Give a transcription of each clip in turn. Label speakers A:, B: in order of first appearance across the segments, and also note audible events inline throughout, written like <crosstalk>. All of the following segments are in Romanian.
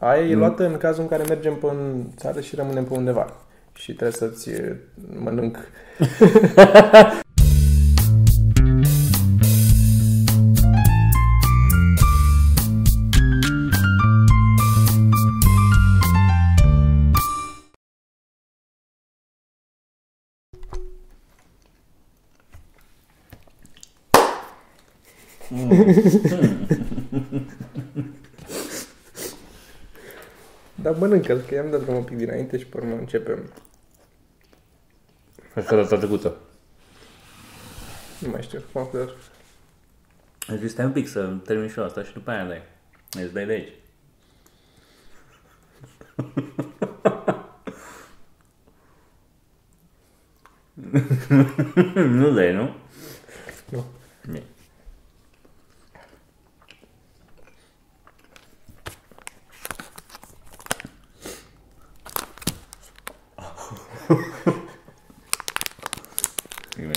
A: Aia e luată în cazul în care mergem pe în țară și rămânem pe undeva. Și trebuie să-ți e, mănânc. Dar mănâncă, că i-am dat drumul un pic dinainte și pe urmă începem.
B: Așa data trecută.
A: Nu mai știu cum a fost.
B: Ai zis, stai un pic să termin și eu asta și după aia dai. Îți dai de aici. <laughs> nu dai, nu?
A: Nu.
B: Bine. <laughs> Bine.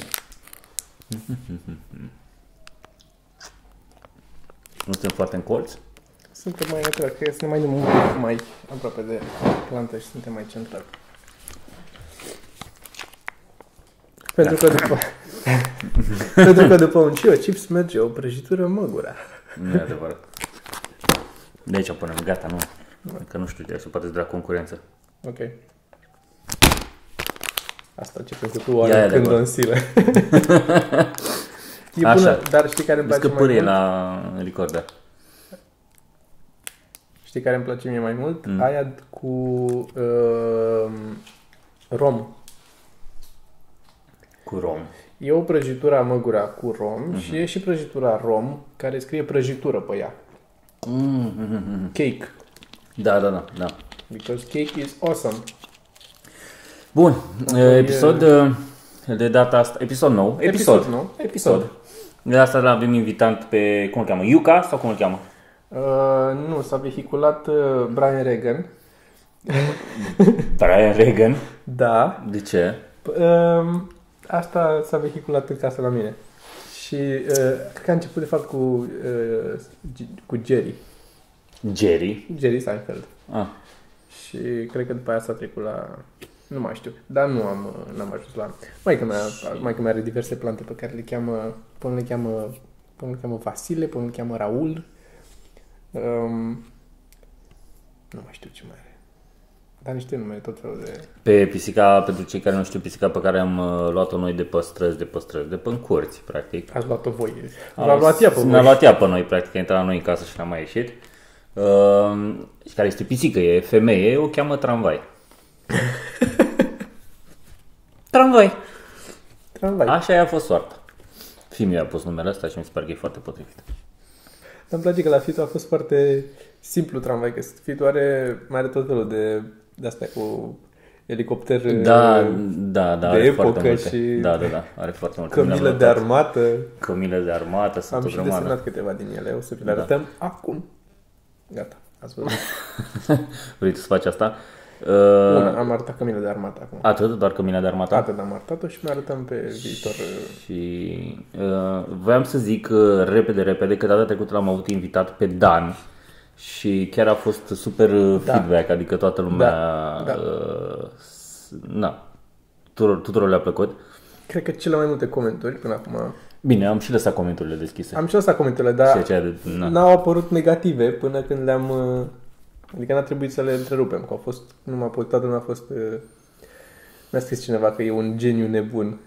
B: Nu suntem foarte în colț?
A: Suntem mai netrat, că suntem mai, mult mai aproape de plantă și suntem mai central. Pentru că după... <laughs> pentru că după un cio chips merge o prăjitură în măgura.
B: Nu e adevărat. De aici punem, gata, nu. Că nu știu, de să poate de la concurență.
A: Ok. Asta începem cu tu oare
B: Ia, ia,
A: când
B: de
A: o
B: bă. <laughs>
A: însilă. e bună,
B: Așa.
A: dar știi care îmi place mai
B: Scăpârie
A: mult?
B: la recorder.
A: Știi care îmi place mie mai mult? Mm. Aia cu uh, rom.
B: Cu rom.
A: E o prăjitură a măgura cu rom
B: Mhm.
A: mm-hmm. și e și prăjitura rom care scrie prăjitură pe ea.
B: Mm-hmm.
A: Cake.
B: Da, da, da, da.
A: Because cake is awesome.
B: Bun,
A: e-
B: episod Păi, e... de data asta, episod nou, episod,
A: Episod nou, episod.
B: De data asta avem invitant pe, cum îl cheamă, Iuca sau cum îl cheamă?
A: Uh, nu, s-a vehiculat uh, Brian Regan.
B: Da. Brian Regan.
A: Da.
B: De ce?
A: P- Um, asta s-a vehiculat în casă la mine. Și uh, cred că a început de fapt cu, uh, G- cu Jerry.
B: Jerry.
A: Jerry Seinfeld.
B: Ah.
A: Și cred că după aia s-a trecut la... Nu mai știu, dar nu am, uh, n-am ajuns la... Mai că mea, mai că mea are diverse plante pe care le cheamă... Până le cheamă, până le cheamă Vasile, până le cheamă Raul. Um, nu mai știu ce mai are. Dar niște nume, tot felul de...
B: Pe pisica, pentru cei care nu știu, pisica pe care am uh, luat-o noi de pe străzi, de pe străzi, de pe în curți, practic.
A: Ați luat-o voi. V-a luat ea pe
B: Ne-a
A: voi.
B: luat ea pe noi, practic, a intrat la noi în casă și n-a mai ieșit. Uh, și care este pisică, e femeie, o cheamă
A: <laughs>
B: tramvai. tramvai.
A: Tramvai.
B: Așa i-a fost soarta. Fii mi-a pus numele ăsta și mi se pare că e foarte potrivit.
A: Dar îmi place că la Fitu a fost foarte simplu tramvai, că Fitu are, mai are tot felul de, de astea cu elicopter,
B: Da, da, da,
A: de
B: are foarte
A: epocă
B: multe.
A: și-
B: Da, da, da, are foarte multe.
A: cămilă
B: Mi-am
A: de
B: notat.
A: armată.
B: Cămile de armată,
A: Am
B: sunt o
A: și
B: grămadă.
A: desenat câteva din ele, o să vi le
B: Da. Uh,
A: arătăm acum. Gata, ați văzut?
B: <laughs> Vrei tu să faci asta? Uh,
A: Bună, am arătat cămilă de armată acum.
B: atât, doar cămile de armată?
A: Atât am arătat-o și mai arătăm pe viitor.
B: Și uh, voiam să zic uh, repede, repede că data trecută l-am avut invitat pe Dan și chiar a fost super uh,
A: Da.
B: feedback, adică toată lumea,
A: Da, da.
B: Uh, s- na, tuturor, tuturor le-a plăcut.
A: Cred că cele mai multe comentarii până acum.
B: Bine, am și lăsat comentariile deschise.
A: Am și lăsat comentariile,
B: Ceea
A: dar
B: ce are- na.
A: n-au apărut negative până când le-am... uh, Adică n-a trebuit să le întrerupem, că au fost... Numai pe toată lumea a fost... uh, Mi-a scris cineva că e un geniu
B: <laughs>
A: nebun.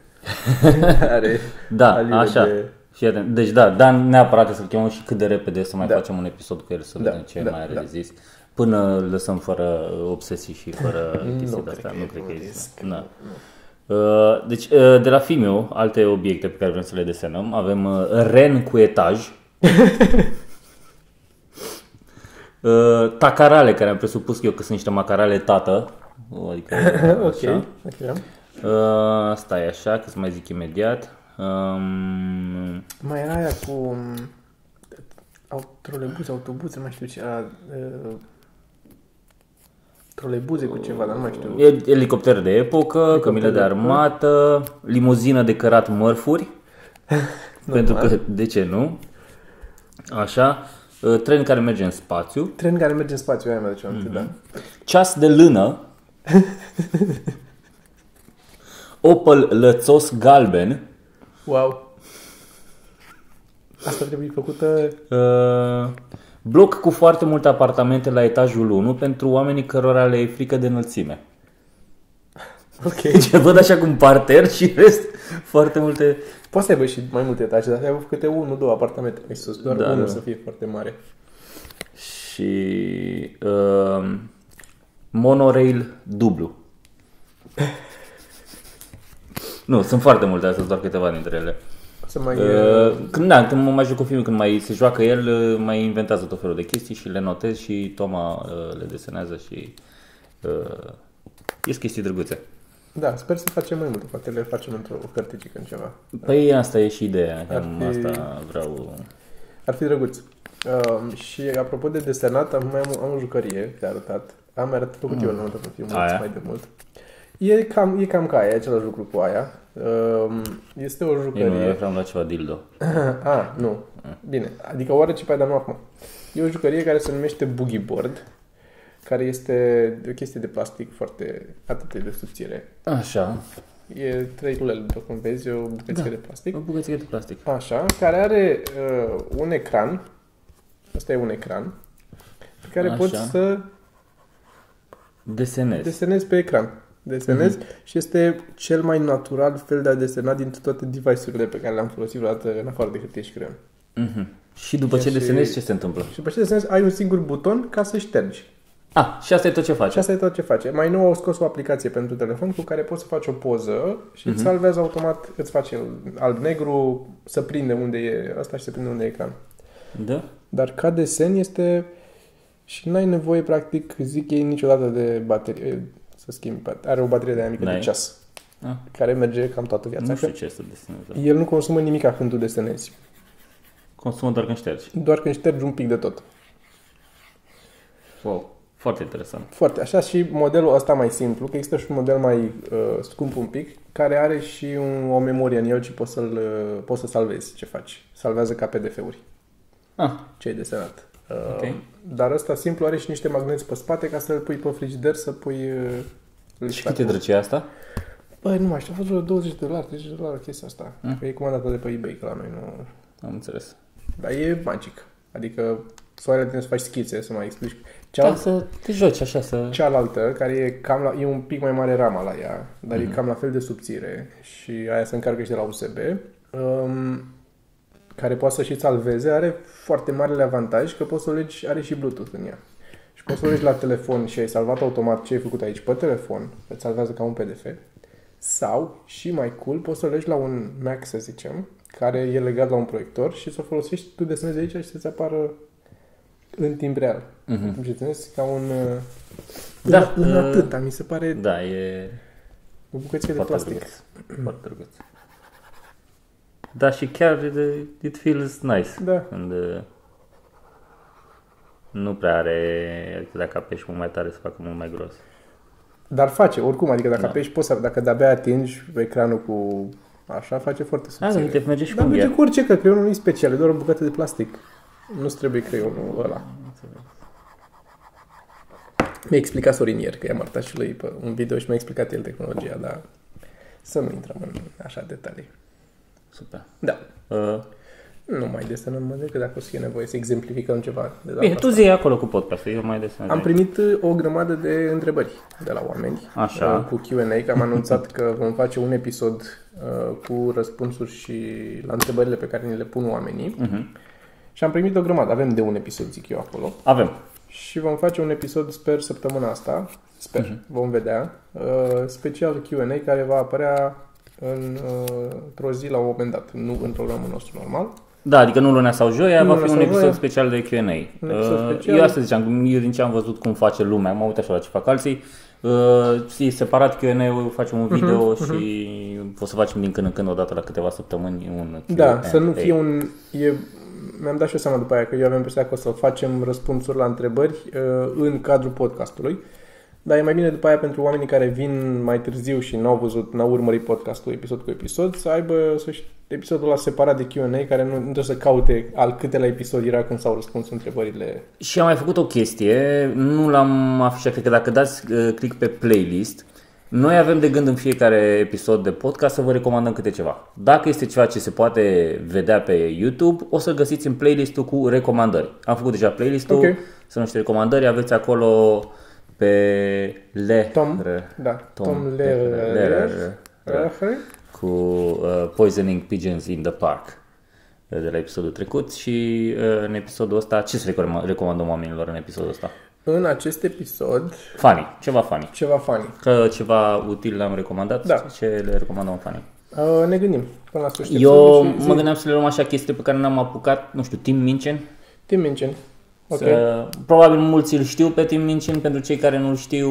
A: Are
B: Da,
A: alive
B: așa.
A: De...
B: Fii atent. Deci da, Dan neapărat trebuie să-l chemăm și cât de repede să mai
A: Da.
B: facem un episod cu el să
A: Da,
B: vedem ce
A: da,
B: mai are
A: da.
B: de zis. Până îl lăsăm fără obsesii și fără chestii de astea. Nu cred că
A: risc.
B: e. Da. Uh, Deci, uh, de la Fimiu, alte obiecte pe care vrem să le desenăm, avem uh, ren
A: <laughs>
B: cu etaj, uh, tacarale, care am presupus eu că sunt niște macarale tată, adică
A: <laughs> ok,
B: așa.
A: ok.
B: Uh, stai așa, că să mai zic imediat. Um,
A: Mai era aia cu um, au, trolebuz, autobuz, nu mai știu ce era. Uh, trolebuze cu ceva, dar nu mai știu.
B: el- elicopter de epocă, cămilă de armată, limuzină de <laughs> cărat mărfuri. pentru că, de ce nu? Așa. uh, tren care merge în spațiu,
A: Tren care merge în spațiu, aia mi-a zis
B: Mhm.
A: mm-hmm. da.
B: ceas de <laughs> lână, Opel lățos galben,
A: Wow. Asta trebuie făcută...
B: uh, bloc cu foarte multe apartamente la etajul 1 pentru oamenii cărora le e frică de înălțime.
A: Ok. <laughs>
B: <laughs> Deci văd așa cum parter și rest foarte multe...
A: Poți să aibă și mai multe etaje, dar să aibă câte unul, două apartamente mai sus. Doar
B: Da,
A: da, unul
B: da.
A: să fie foarte mare.
B: Și uh, monorail dublu. nu, sunt foarte multe astea, doar câteva dintre ele.
A: O Să mai... Uh,
B: Uh, când, da, când mă mai joc cu filmul, când mai se joacă el, uh, mai inventează tot felul de chestii și le notez și Toma uh, le desenează și uh, ies chestii drăguțe.
A: da, sper să facem mai multe. Poate le facem într-o cărticică în ceva.
B: Păi asta e și ideea, cam
A: Ar fi-
B: asta vreau...
A: Ar fi drăguț. Um, și apropo de desenat, am, mai am, am o jucărie de arătat. Am arătat făcut mm. eu la un dat în filmul
B: Aia?
A: mai de mult. E cam, e cam ca aia, e același lucru cu aia. Um, este o
B: Eu nu, eu
A: jucărie...
B: vreau la ceva dildo.
A: <coughs> A, Ah, nu. Bine. Adică oare ce pe aia, dar nu acum. E o jucărie care se numește Boogie Board, care este o chestie de plastic foarte atât de subțire.
B: Așa,
A: E trei culele, după cum vezi, e o bucățică da. de plastic.
B: o bucățică de plastic.
A: Așa, care are uh, un ecran. Asta e un ecran. Pe care
B: Așa.
A: Așa. poți să
B: Desenez.
A: desenezi pe ecran. Desenezi mm-hmm. și este cel mai natural fel de a desena dintre toate device-urile pe care le-am folosit vreodată în afară de hârtie și creion.
B: Mhm. Și după ce
A: Și-
B: desenezi, ce se întâmplă?
A: Și după ce desenezi, ai un singur buton ca să ștergi.
B: Ah, și asta e tot ce faci.
A: Și asta e tot ce face. Mai nou au scos o aplicație pentru telefon cu care poți să faci o poză și
B: Mhm.
A: îți salvezi automat, îți face alb-negru, să prinde unde e asta și se prinde unde e ecran.
B: Da?
A: Dar ca desen este... Și n-ai nevoie, practic, zic ei, niciodată de baterie. eh, Să schimbi, bat- are o baterie de aia mică de
B: N-ai.
A: ceas,
B: Ah,
A: care merge cam toată viața.
B: nu știu
A: Că
B: ce să desenez. da.
A: el nu consumă nimic când tu desenezi,
B: Consumă doar când ștergi.
A: doar când ștergi un pic de tot.
B: Wow, foarte interesant.
A: Foarte, așa și modelul ăsta mai simplu, că există și un model mai uh, scump un pic, care are și un, o memorie în el și poți, să-l, uh, poți să salvezi ce faci. Salvează ca PDF-uri
B: Ah,
A: ce ai desenat. Uh,
B: Ok.
A: Dar ăsta simplu are și niște magneți pe spate ca să-l pui pe frigider, să pui... Uh,
B: și
A: lista
B: cât e
A: cu-
B: drăcea asta?
A: Băi, nu mai știu, a fost vreo 20 de dolari, 30 de dolari chestia asta. Mm. E comandată de pe eBay, că la noi nu...
B: Am înțeles.
A: Dar e magic. Adică soarele tine să faci schițe, să mai explici.
B: Da,
A: Cealaltă,
B: să te joci așa, să...
A: cealaltă care e, cam la, e un pic mai mare rama la ea, dar mm-hmm. e cam la fel de subțire și aia se încarcă și de la USB, um, care poate să și salveze, are foarte marele avantaj că poți să o legi, are și Bluetooth în ea. Și poți să o legi la telefon și ai salvat automat ce ai făcut aici pe telefon, îți salvează ca un PDF. Sau, și mai cool, poți să o legi la un Mac, să zicem, care e legat la un proiector și să o folosești, tu desenezi aici și să-ți apară în timp real. Mm-hmm. Cum desenezi ca un... uh,
B: Mhm. Da,
A: În, în
B: uh,
A: atâta, mi se pare
B: Da, e
A: o bucățică de
B: foarte
A: plastic.
B: drăguț. Foarte drăguț. Da, și chiar uh, it feels nice.
A: Da.
B: Când uh, nu prea are, adică dacă apeși mult mai tare, se facă mult mai gros.
A: Dar face, oricum, adică dacă
B: Da.
A: da. apeși, poți să, dacă de-abia atingi ecranul cu așa, face foarte
B: Ah, da, uite,
A: subțire.
B: merge și cu
A: Dar merge
B: unghia.
A: cu orice, că creionul nu e special, e doar o bucată de plastic. Nu-ți trebuie creionul ăla. Mi-a explicat Sorin ieri, că i-am arătat și lui pe un video și mi-a explicat el tehnologia, dar să nu intrăm în așa detalii.
B: Super.
A: Da,
B: Uh,
A: nu mai desenăm, mă, decât dacă o să fie nevoie să exemplificăm ceva. De data
B: bine,
A: asta.
B: tu zi acolo cu podcastul, eu mai desenez.
A: Am
B: aici.
A: primit uh, o grămadă de întrebări de la oameni
B: Așa.
A: uh, cu Q&A, că am anunțat că vom face un episod uh, cu răspunsuri și la întrebările pe care ni le pun oamenii.
B: Mhm.
A: Și am primit o grămadă, avem de un episod, zic eu, acolo.
B: Avem.
A: Și vom face un episod, sper, săptămâna asta. Sper, vom vedea. Uh, special Q&A care va apărea în, uh, într-o zi la un moment dat, nu în programul nostru normal.
B: Da, adică nu lunea sau joia,
A: Nu
B: va
A: lunea
B: fi un
A: sau
B: episod
A: joia.
B: special de Q&A.
A: Un episod
B: Uh,
A: special.
B: Eu asta ziceam, eu din ce am văzut cum face lumea, mă uit așa la ce fac alții, uh, și separat Q&A-ul, facem un
A: Mhm,
B: video și o să facem din când în când, odată la câteva săptămâni, un Q&A.
A: Da, să nu fie un... E, mi-am dat și eu seama după aia că eu aveam impresia că o să facem răspunsuri la întrebări uh, în cadrul podcastului. Dar e mai bine după aia pentru oamenii care vin mai târziu și n-au văzut, n-au urmărit podcastul episod cu episod, să aibă să episodul ăla separat de Q&A, care nu, nu trebuie să caute al câtelea episod era când s-au răspuns întrebările.
B: Și am mai făcut o chestie, nu l-am afișat, cred că dacă dați uh, click pe playlist, noi avem de gând în fiecare episod de podcast să vă recomandăm câte ceva. Dacă este ceva ce se poate vedea pe YouTube, o să găsiți în playlistul cu recomandări. Am făcut deja playlistul,
A: Ok.
B: okay. sunt niște recomandări, aveți acolo pe le
A: Tom,
B: r-
A: da, Tom, Tom
B: pe-
A: Lehrer,
B: Lehrer, r- cu uh, Poisoning Pigeons in the Park uh, de la episodul trecut și uh, în episodul ăsta, ce să recom- recomandăm oamenilor în episodul ăsta?
A: În acest episod,
B: Funny, ceva funny.
A: ceva funny.
B: Că ceva util l-am recomandat,
A: Da.
B: ce le recomandăm funny?
A: Uh, ne gândim până la sfârșitul
B: Eu
A: episodului și
B: mă
A: zi-
B: gândeam să le luăm așa chestii pe care n-am apucat, nu știu, Tim Minchin.
A: Tim Minchin. Ok.
B: Să, probabil mulți îl știu pe Tim Minchin, pentru cei care nu-l știu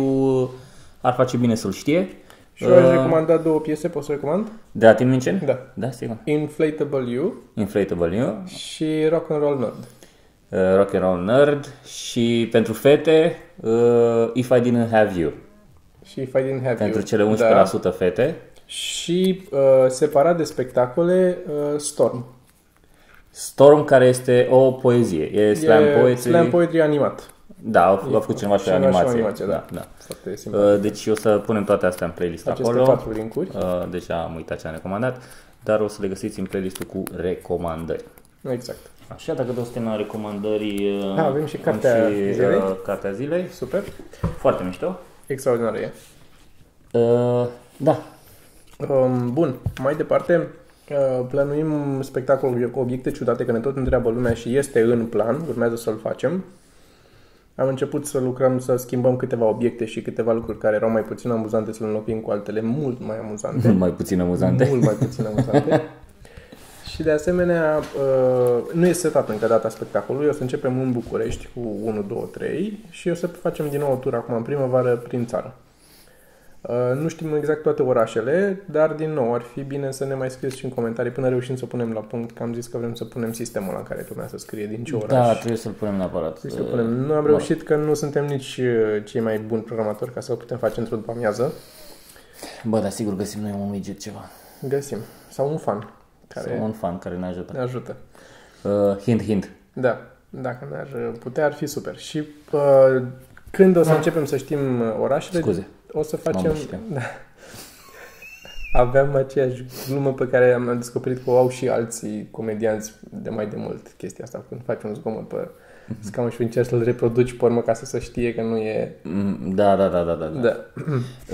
B: ar face bine să-l știe.
A: Și eu
B: Uh.
A: aș recomanda două piese, pot să recomand?
B: Da, Tim Minchin?
A: Da.
B: Da, sigur.
A: Inflatable You
B: Inflatable You,
A: și Rock and Roll Nerd.
B: uh, Rock and Roll Nerd și pentru fete uh, If I Didn't Have You.
A: Și If I Didn't Have
B: Pentru
A: You.
B: cele 11%
A: Da.
B: fete.
A: Și uh, separat de spectacole, uh, Storm.
B: Storm care este o poezie. E slam
A: E
B: poetry.
A: Slam poetry animat.
B: Da, a, f- a făcut cineva și
A: cineva și o
B: animație.
A: animație, da.
B: da.
A: Foarte simplu.
B: Uh, Deci o să punem toate astea în playlist
A: Aceste
B: Uh, acolo.
A: patru linkuri.
B: Uh, Deja am uitat ce am recomandat, dar o să le găsiți în playlistul cu recomandări.
A: Exact.
B: Așa, dacă dă suntem la recomandări, uh,
A: Da, avem și cartea
B: și, uh,
A: zilei.
B: cartea zilei.
A: Super.
B: Foarte mișto.
A: Extraordinară e.
B: Uh, Da,
A: <laughs> Um, bun, mai departe uh, plănuim spectacolul cu obiecte ciudate, că ne tot întreabă lumea și este în plan, urmează să-l facem. Am început să lucrăm, să schimbăm câteva obiecte și câteva lucruri care erau mai puțin amuzante să le înlocuim cu altele mult mai amuzante.
B: mai puțin amuzante.
A: Mult mai puțin
B: <laughs>
A: amuzante. și de asemenea, uh, nu e setat încă data spectacolului, o să începem în București cu 1, 2, 3 și o să facem din nou o tur acum în primăvară prin țară. Uh, Nu știm exact toate orașele, dar din nou ar fi bine să ne mai scrieți și în comentarii până reușim să punem la punct, că am zis că vrem să punem sistemul la care lumea să scrie din ce oraș.
B: Da, trebuie să-l punem neapărat. Uh,
A: Trebuie să punem. Nu am reușit că nu suntem nici uh, cei mai buni programatori ca să o putem face într-o după amiază.
B: Bă, dar sigur găsim noi un widget ceva.
A: Găsim. Sau un fan care
B: Sau un fan care ne ajută.
A: ne ajută.
B: Uh, Hint, hint.
A: Da, dacă ne-ar putea, ar fi super. Și uh, când o să începem să știm uh, orașele,
B: Da. Scuze.
A: o să
B: M-am
A: facem...
B: mușcat.
A: Da. Aveam aceeași glumă pe care am descoperit că o au și alții comedianți de mai de mult chestia asta, când faci un zgomot pe
B: Mhm.
A: scaun și încerci să-l reproduci pe urmă ca să se știe că nu e...
B: Mm, Da, da, da, da, da. da.
A: Da.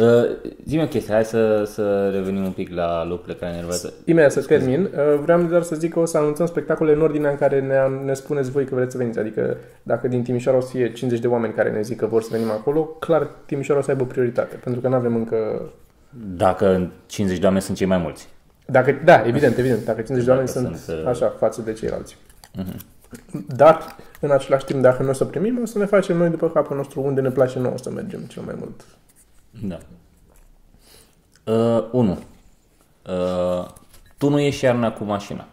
B: Uh, Zi-mi o chestie, hai să, să revenim un pic la lucrurile care ne enervează.
A: Imediat să termin. Uh, Vreau doar să zic că o să anunțăm spectacole în ordinea în care ne, ne spuneți voi că vreți să veniți. Adică dacă din Timișoara o să fie 50 de oameni care ne zic că vor să venim acolo, clar Timișoara o să aibă prioritate, pentru că nu avem încă...
B: Dacă 50 de oameni sunt cei mai mulți.
A: Dacă, da, evident, evident, dacă 50 de oameni
B: Dacă
A: sunt,
B: sunt,
A: sunt
B: uh, Mhm.
A: așa față de ceilalți. Dar, în același timp, dacă nu o să primim, o să ne facem noi după capul nostru unde ne place nouă să mergem cel mai mult.
B: Da. Uh, 1. Uh, tu nu ieși iarna cu mașina.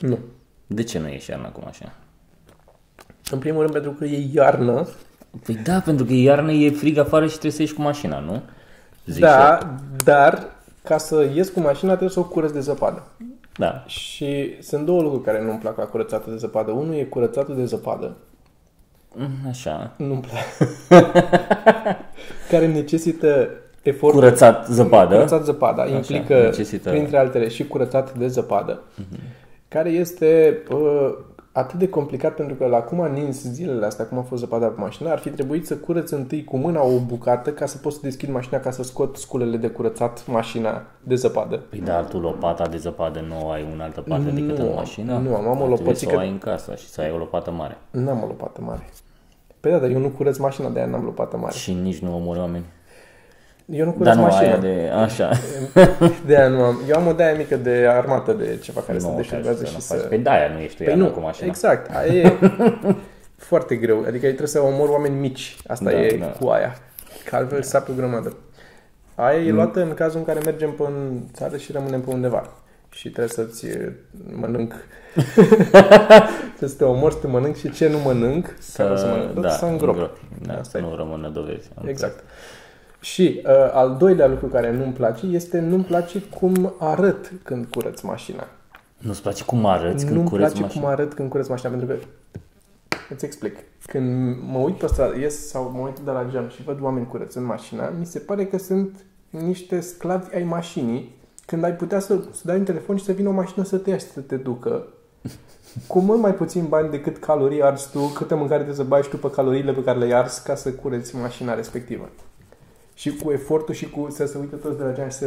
A: Nu.
B: De ce nu ieși iarna cu mașina?
A: În primul rând pentru că e iarnă,
B: Păi da, pentru că iarna e frig afară și trebuie să ieși cu mașina, nu? Zic eu.
A: da, dar ca să ies cu mașina trebuie să o curăț de zăpadă.
B: da.
A: Și sunt două lucruri care nu-mi plac la curățatul de zăpadă. Unul e curățatul de zăpadă.
B: Mm, Așa.
A: Nu-mi
B: <laughs>
A: plac. care necesită efort.
B: Curățat zăpadă.
A: Curățat zăpada implică,
B: Da? necesită- Mhm.
A: printre altele, și curățat de zăpadă. Care este uh, atât de complicat pentru că la cum a nins zilele astea, cum a fost zăpada pe mașină, ar fi trebuit să curăț întâi cu mâna o bucată ca să pot să deschid mașina ca să scot sculele de curățat mașina de zăpadă.
B: Păi dar tu lopata de zăpadă nu o ai în altă parte decât în mașină?
A: nu am, am o
B: Trebuie
A: lopățică-
B: Să o ai în casă și să ai o lopată mare.
A: N-am o lopată mare. Păi da, dar eu nu curăț mașina, de aia n-am lopată mare.
B: Și nici nu omori oameni.
A: Eu nu curăț
B: Dar nu
A: mașina.
B: aia
A: De...
B: de... Așa.
A: aia nu am. Eu am o de mică de armată de ceva care se
B: Nu,
A: deșerbează
B: să nu
A: și
B: faci.
A: să...
B: Păi da, aia nu ești tu
A: Păi
B: iarna
A: nu,
B: cu mașina.
A: exact. Aia
B: <laughs>
A: e foarte greu. Adică trebuie să omor oameni mici. Asta
B: Da,
A: e
B: da.
A: cu aia. Că altfel sapă o grămadă. Aia
B: Mm.
A: e luată în cazul în care mergem pe în țară și rămânem pe undeva. Și trebuie să-ți eh,
B: <laughs>
A: mănânc. trebuie să te omori, să te mănânc și ce nu mănânc, să, ca nu să mănânc, tot,
B: da,
A: să îngrop.
B: Da,
A: Asta
B: să
A: e.
B: nu rămână dovezi. Am
A: Exact. Și uh, al doilea lucru care nu-mi place este nu-mi place cum arăt când curăț mașina.
B: înțeles. Nu-ți place cum arăți când
A: Nu-mi
B: curăți
A: place
B: mașina?
A: cum arăt când curăț mașina, pentru că îți explic. Când mă uit pe stradă, ies sau mă uit de la geam și văd oameni curățând mașina, mi se pare că sunt niște sclavi ai mașinii, când ai putea să, să dai un telefon și să vină o mașină să te ia și să te ducă. Cu mult mai puțin bani decât calorii arzi tu, câtă mâncare trebuie să bagi tu pe caloriile pe care le arzi ca să cureți mașina respectivă și cu efortul și cu să se uită toți de la geam și să,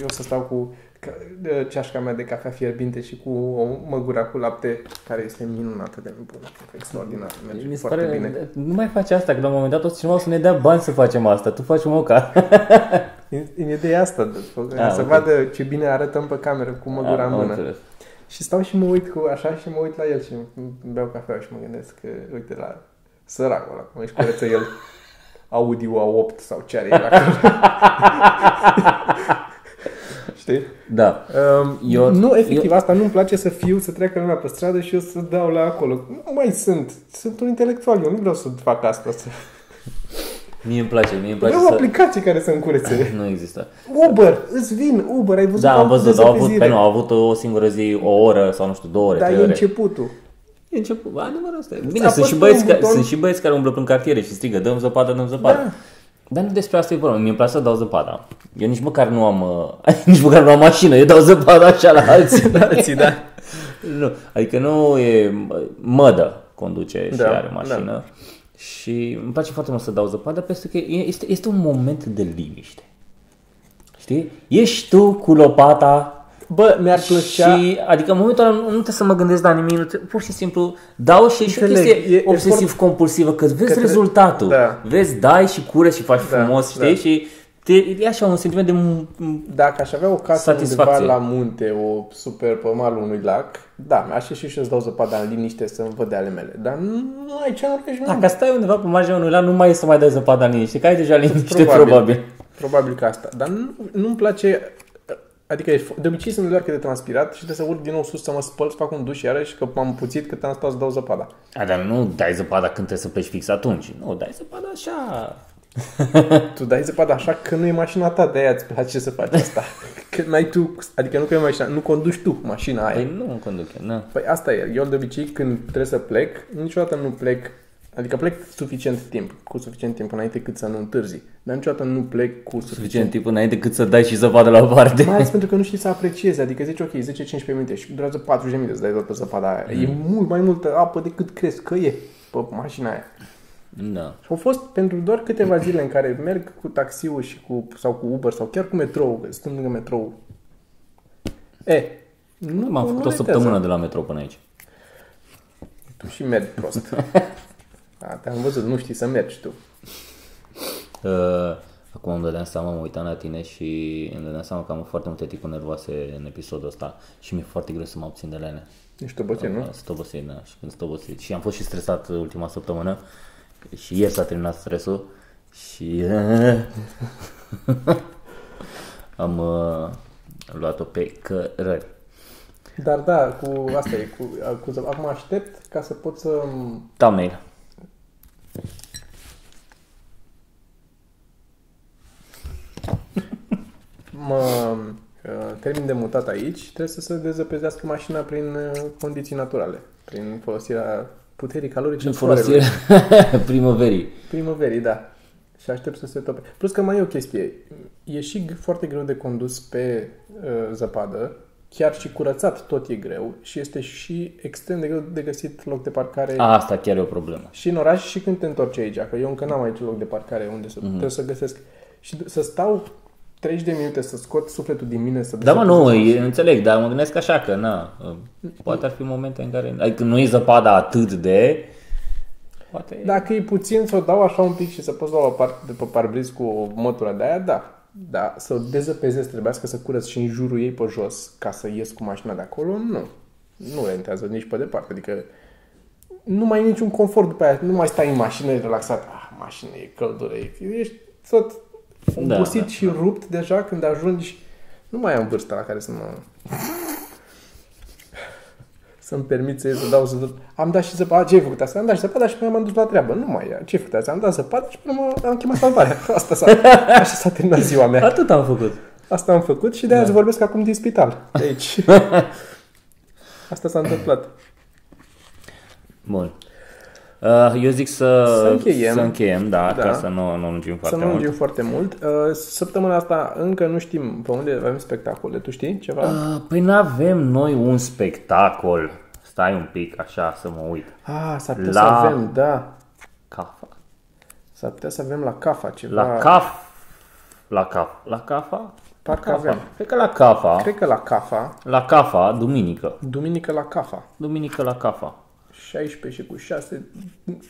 A: eu să stau cu ca- de ceașca mea de cafea fierbinte și cu o măgură cu lapte care este minunată de bună, extraordinar, merge
B: Mi se
A: foarte
B: pare,
A: bine.
B: nu mai faci asta, că la un moment dat o să, cineva o să ne dea bani să facem asta. Tu faci moca.
A: E de asta, de,
B: Ah,
A: ah, să
B: ok. Ah,
A: vadă ce bine arătăm pe cameră cu măgura în
B: Am
A: mână.
B: înțeles.
A: Și stau și mă uit cu așa și mă uit la el și îmi beau cafea și mă gândesc că, uite, la săracul ăla, cum își curăță
B: <laughs>
A: el Audi A8 sau ce are el acolo. Știi?
B: Da.
A: Um,
B: Eu-
A: eu, nu, efectiv,
B: eu-
A: eu... asta nu-mi place să fiu, să treacă lumea pe stradă și eu să dau la acolo. Nu mai sunt. Sunt un intelectual, eu nu vreau să fac asta. Să...
B: Mie îmi place, mie îmi place
A: Vreau o
B: să...
A: aplicație care să-mi curețe.
B: Nu există.
A: Uber, îți vin, Uber, ai văzut?
B: Da,
A: că
B: am văzut,
A: văzut
B: au
A: pe
B: avut,
A: zile.
B: pe nu, au avut o singură zi, o oră sau nu știu, două ore,
A: Dar
B: trei
A: e
B: ore.
A: începutul.
B: E început, bă, adevărul ăsta e. Bine,
A: apăs
B: sunt și,
A: pe
B: băieți
A: un
B: care,
A: buton.
B: sunt și băieți care umblă prin cartiere și strigă, dăm zăpadă, dăm zăpadă.
A: Da.
B: Dar nu despre asta e vorba, mi-e place să dau zăpada. Eu nici măcar nu am, uh, <laughs> nici măcar nu am mașină, eu dau zăpada așa la
A: <laughs>
B: alții. la
A: alții, da.
B: Nu, adică nu e, mădă conduce și
A: Da,
B: are mașină. Și îmi place foarte mult să dau zăpadă pentru că e- este, este un moment de liniște. Știi? Ești tu cu lopata
A: Bă, mi-ar plăcea... Și...
B: și, adică în momentul ăla nu nu trebuie să mă gândesc la nimic, nu trebuie- pur și simplu dau și și o
A: Înțeleg,
B: chestie
A: e
B: obsesiv-compulsivă, că vezi rezultatul,
A: Da.
B: vezi, dai și cură și faci frumos,
A: da.
B: știi? Și te, e așa un sentiment de... m- m-
A: Dacă aș avea o casă undeva
B: Satisfacție.
A: la munte, o super pe malul unui lac, da, aș ieși și îți dau zăpada în liniște să-mi văd de ale mele. Dar nu ai ce nu pleci, nu.
B: Dacă stai undeva pe marginea unui lac, nu mai e să mai dai zăpada în liniște, că ai deja liniște, probabil.
A: Probabil.
B: probabil.
A: Probabil că asta. Dar nu, nu-mi place... Adică ești- de obicei sunt doar că de transpirat și trebuie să urc din nou sus să mă spăl, să fac un duș iarăși că m-am puțit că am stat să dau zăpada.
B: A, dar nu dai zăpada când trebuie să pleci fix atunci. Nu, dai zăpada așa.
A: Tu dai zăpada așa că nu e mașina ta, de aia îți place să faci asta. <laughs> Că n-ai tu, adică nu că e mașina, nu conduci tu mașina aia.
B: Păi nu îmi conduc eu, na.
A: Păi asta e. Eu de obicei când trebuie să plec, niciodată nu plec Adică plec suficient timp, cu suficient timp înainte cât să nu întârzi. Dar niciodată nu plec cu suficient
B: Suficient timp înainte cât să dai și zăpada la o parte.
A: Mai ales pentru că nu știi să apreciezi, adică zici ok, 10-15 minute și durează 40 de minute să dai toată zăpada aia. Mm. E mult mai multă apă decât crezi că e pe mașina aia.
B: Da.
A: Și au fost pentru doar câteva zile în care merg cu taxiul și cu, sau cu Uber sau chiar cu metrou, că stând lângă metrou. E, nu
B: M-am făcut o
A: contează.
B: săptămână de la metro până aici.
A: Tu și mergi <laughs> prost. A, te-am văzut, nu știi să mergi tu.
B: Uh, acum îmi dădeam seama, mă uitam la tine și îmi dădeam seama că am foarte multe ticuri nervoase în episodul ăsta și mi-e foarte greu să mă obțin de la ele.
A: Ești obosit, nu?
B: Sunt obosit, da, și când sunt obosit. Și am fost și stresat ultima săptămână și ieri s-a terminat stresul și <laughs> am uh, luat-o pe cărări.
A: Dar da, cu asta e, cu, cu zăp- acum aștept ca să pot să...
B: Thumbnail.
A: mă uh, termin de mutat aici, trebuie să se dezăpezească mașina prin uh, condiții naturale, prin folosirea puterii calorice
B: Prin
A: a soarelui.
B: folosirea <laughs> primăverii.
A: primăverii, da. Și aștept să se tope. Plus că mai e o chestie. E și g- foarte greu de condus pe uh, zăpadă, chiar și curățat tot e greu și este și extrem de greu de găsit loc de parcare
B: Asta chiar e o problemă.
A: și în oraș și când te întorci aici, că eu încă n-am aici loc de parcare unde să, mm-hmm.
B: Mhm.
A: trebuie să găsesc. Și d- să stau 30 de minute să scot sufletul din mine să
B: Da, mă, nu,
A: dezăpezesc.
B: e- înțeleg, dar mă gândesc așa că, na, poate ar fi momente în care, adică nu e zăpada atât de, poate,
A: Păi, Dacă e puțin să o dau așa un pic și să poți lua o parte de pe parbriz cu o mătură de aia, da. Da, să o dezăpezesc, trebuiască să curăț și în jurul ei pe jos ca să ies cu mașina de acolo, nu. Nu rentează nici pe departe, adică nu mai ai niciun confort după aia, nu mai stai în mașină e relaxat, ah, mașină e căldură, e- ești tot
B: Da,
A: obosit
B: da,
A: da, și da. rupt deja când ajungi, nu mai am vârsta la care să mă să-mi permit să ies, să dau să Am dat și zăpada. Ce ai făcut asta? Am dat și zăpada și până m-am dus la treabă. Nu mai e. Ce ai făcut asta? Am dat zăpada și până m- am chemat
B: <laughs>
A: salvarea. Asta s-a, așa s-a terminat ziua mea.
B: atât am făcut. <laughs>
A: Asta am făcut și de-aia da. vorbesc acum din spital. De aici. Deci, Asta s-a întâmplat.
B: Bun. Uh, Eu zic să,
A: Să încheiem.
B: să încheiem da,
A: Da.
B: ca să nu, nu lungim
A: Să
B: foarte
A: nu
B: mult.
A: lungim foarte mult. Uh, Săptămâna asta încă nu știm pe unde avem spectacole. Tu știi ceva?
B: Uh, Păi nu avem noi un spectacol. Stai un pic așa să mă uit.
A: Ah, s-ar putea
B: La-
A: să avem, da.
B: Cafa.
A: S-ar putea să avem la CAFA ceva.
B: La CAF. La CAF. La CAFA?
A: Parcă
B: La
A: avem.
B: Cred că la CAFA.
A: Cred că la CAFA.
B: La CAFA, duminică.
A: Duminică la CAFA.
B: Duminică la CAFA.
A: 16 și cu 6,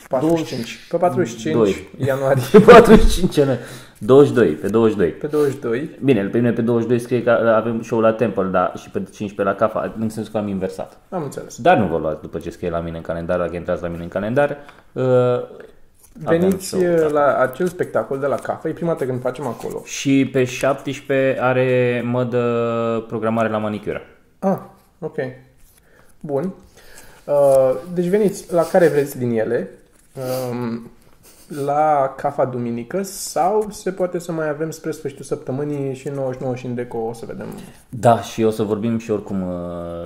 A: 45. Pe 45
B: Doi.
A: ianuarie.
B: Pe 45 ne. 22, pe 22.
A: Pe 22.
B: Bine, pe mine pe 22 scrie că avem show la Temple, da, și pe 15 la CAFA, în sensul că am inversat.
A: Am înțeles.
B: Dar nu vă luați după ce scrie la mine în calendar, dacă intrați la mine în calendar. Uh,
A: Veniți
B: show,
A: uh, la acel spectacol de la CAFA. E prima dată când facem acolo.
B: și pe 17 are mădă programare la manicură.
A: Ah, ok. Bun. Uh, deci veniți la care vreți din ele. Um, la cafa duminică sau se poate să mai avem spre sfârșitul săptămânii și 99 și în deco o să vedem.
B: Da, și o să vorbim și oricum uh,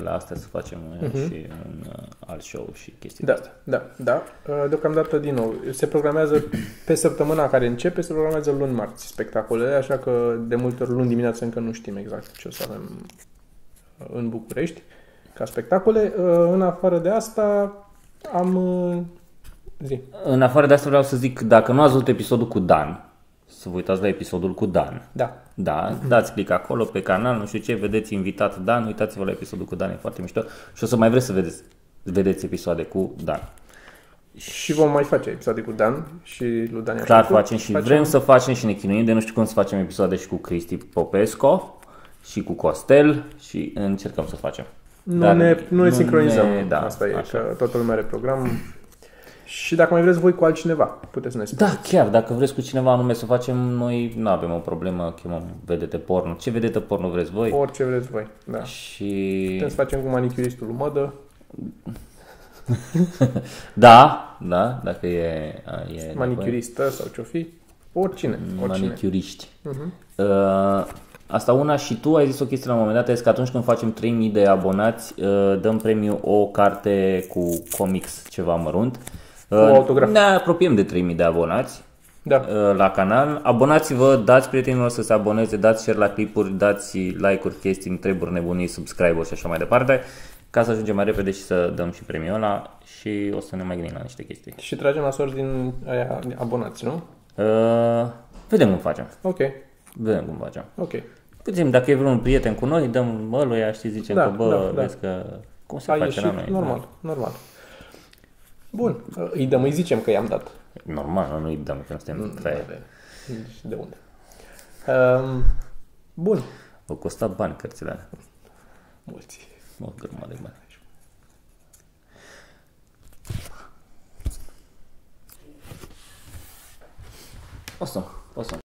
B: la astea să facem uh,
A: Mhm.
B: și un uh, alt show și chestii.
A: Da, da, da. Uh, Deocamdată, din nou, se programează pe săptămâna care începe, se programează luni marți spectacolele, așa că de multe ori luni dimineața încă nu știm exact ce o să avem uh, în București ca spectacole. Uh, În afară de asta am... uh, Zi.
B: În afară de asta vreau să zic, dacă nu ați văzut episodul cu Dan, să vă uitați la episodul cu Dan.
A: Da.
B: Da, dați click acolo pe canal, nu știu ce, vedeți invitat Dan, uitați-vă la episodul cu Dan, e foarte mișto și o să mai vreți să vedeți, vedeți episoade cu Dan.
A: Păi Și vom mai face episoade cu Dan și lui Daniel.
B: Clar
A: Șocu.
B: facem și vrem să facem și ne chinuim de nu știu cum să facem episoade și cu Cristi Popesco și cu Costel și încercăm să facem.
A: Nu, ne, nu ne sincronizăm.
B: ne-
A: da,
B: da,
A: Asta e,
B: așa.
A: că toată lumea are program. Și dacă mai vreți voi cu altcineva, puteți să ne spuneți.
B: Da, chiar, dacă vreți cu cineva anume să facem, noi nu avem o problemă, chemăm vedete porno. Ce vedete porno vreți voi?
A: Orice vreți voi. Da.
B: Și
A: Putem să facem cu manicuristul lui Mădă.
B: da, da, dacă e, a, e
A: manicuristă sau ce-o fi, oricine, oricine. Mhm.
B: manicuriști. Uh, asta una și tu ai zis o chestie la un moment dat, este că atunci când facem 3000 de abonați, uh, dăm premiu o carte cu comics ceva mărunt. Cu
A: autograf.
B: Ne apropiem de 3000 de abonați
A: Da,
B: uh, la canal. Abonați-vă, dați prietenilor să se aboneze, dați share la clipuri, dați like-uri, chestii, întrebări, nebunii, subscribe-uri și așa mai departe, ca să ajungem mai repede și să dăm și premiul ăla și o să ne mai gândim la niște chestii.
A: și tragem la sorți din aia abonați, nu?
B: Uh, vedem cum facem.
A: Ok,
B: Vedem cum facem.
A: ok.
B: Putem, dacă e vreun prieten cu noi, dăm ăluia, știi, zicem
A: Da,
B: că bă,
A: da, da.
B: vezi că cum se
A: A
B: face
A: ieșit
B: la noi. da.
A: normal, normal. Bun, îi dăm, îi zicem că i-am dat.
B: Da. Normal, nu- nu-i dăm, că nu
A: Mm.
B: suntem trei.
A: Deci, De unde? Um, bun,
B: Au costat bani cărțile alea.
A: mulți.
B: O grămadă de bani. Awesome, awesome.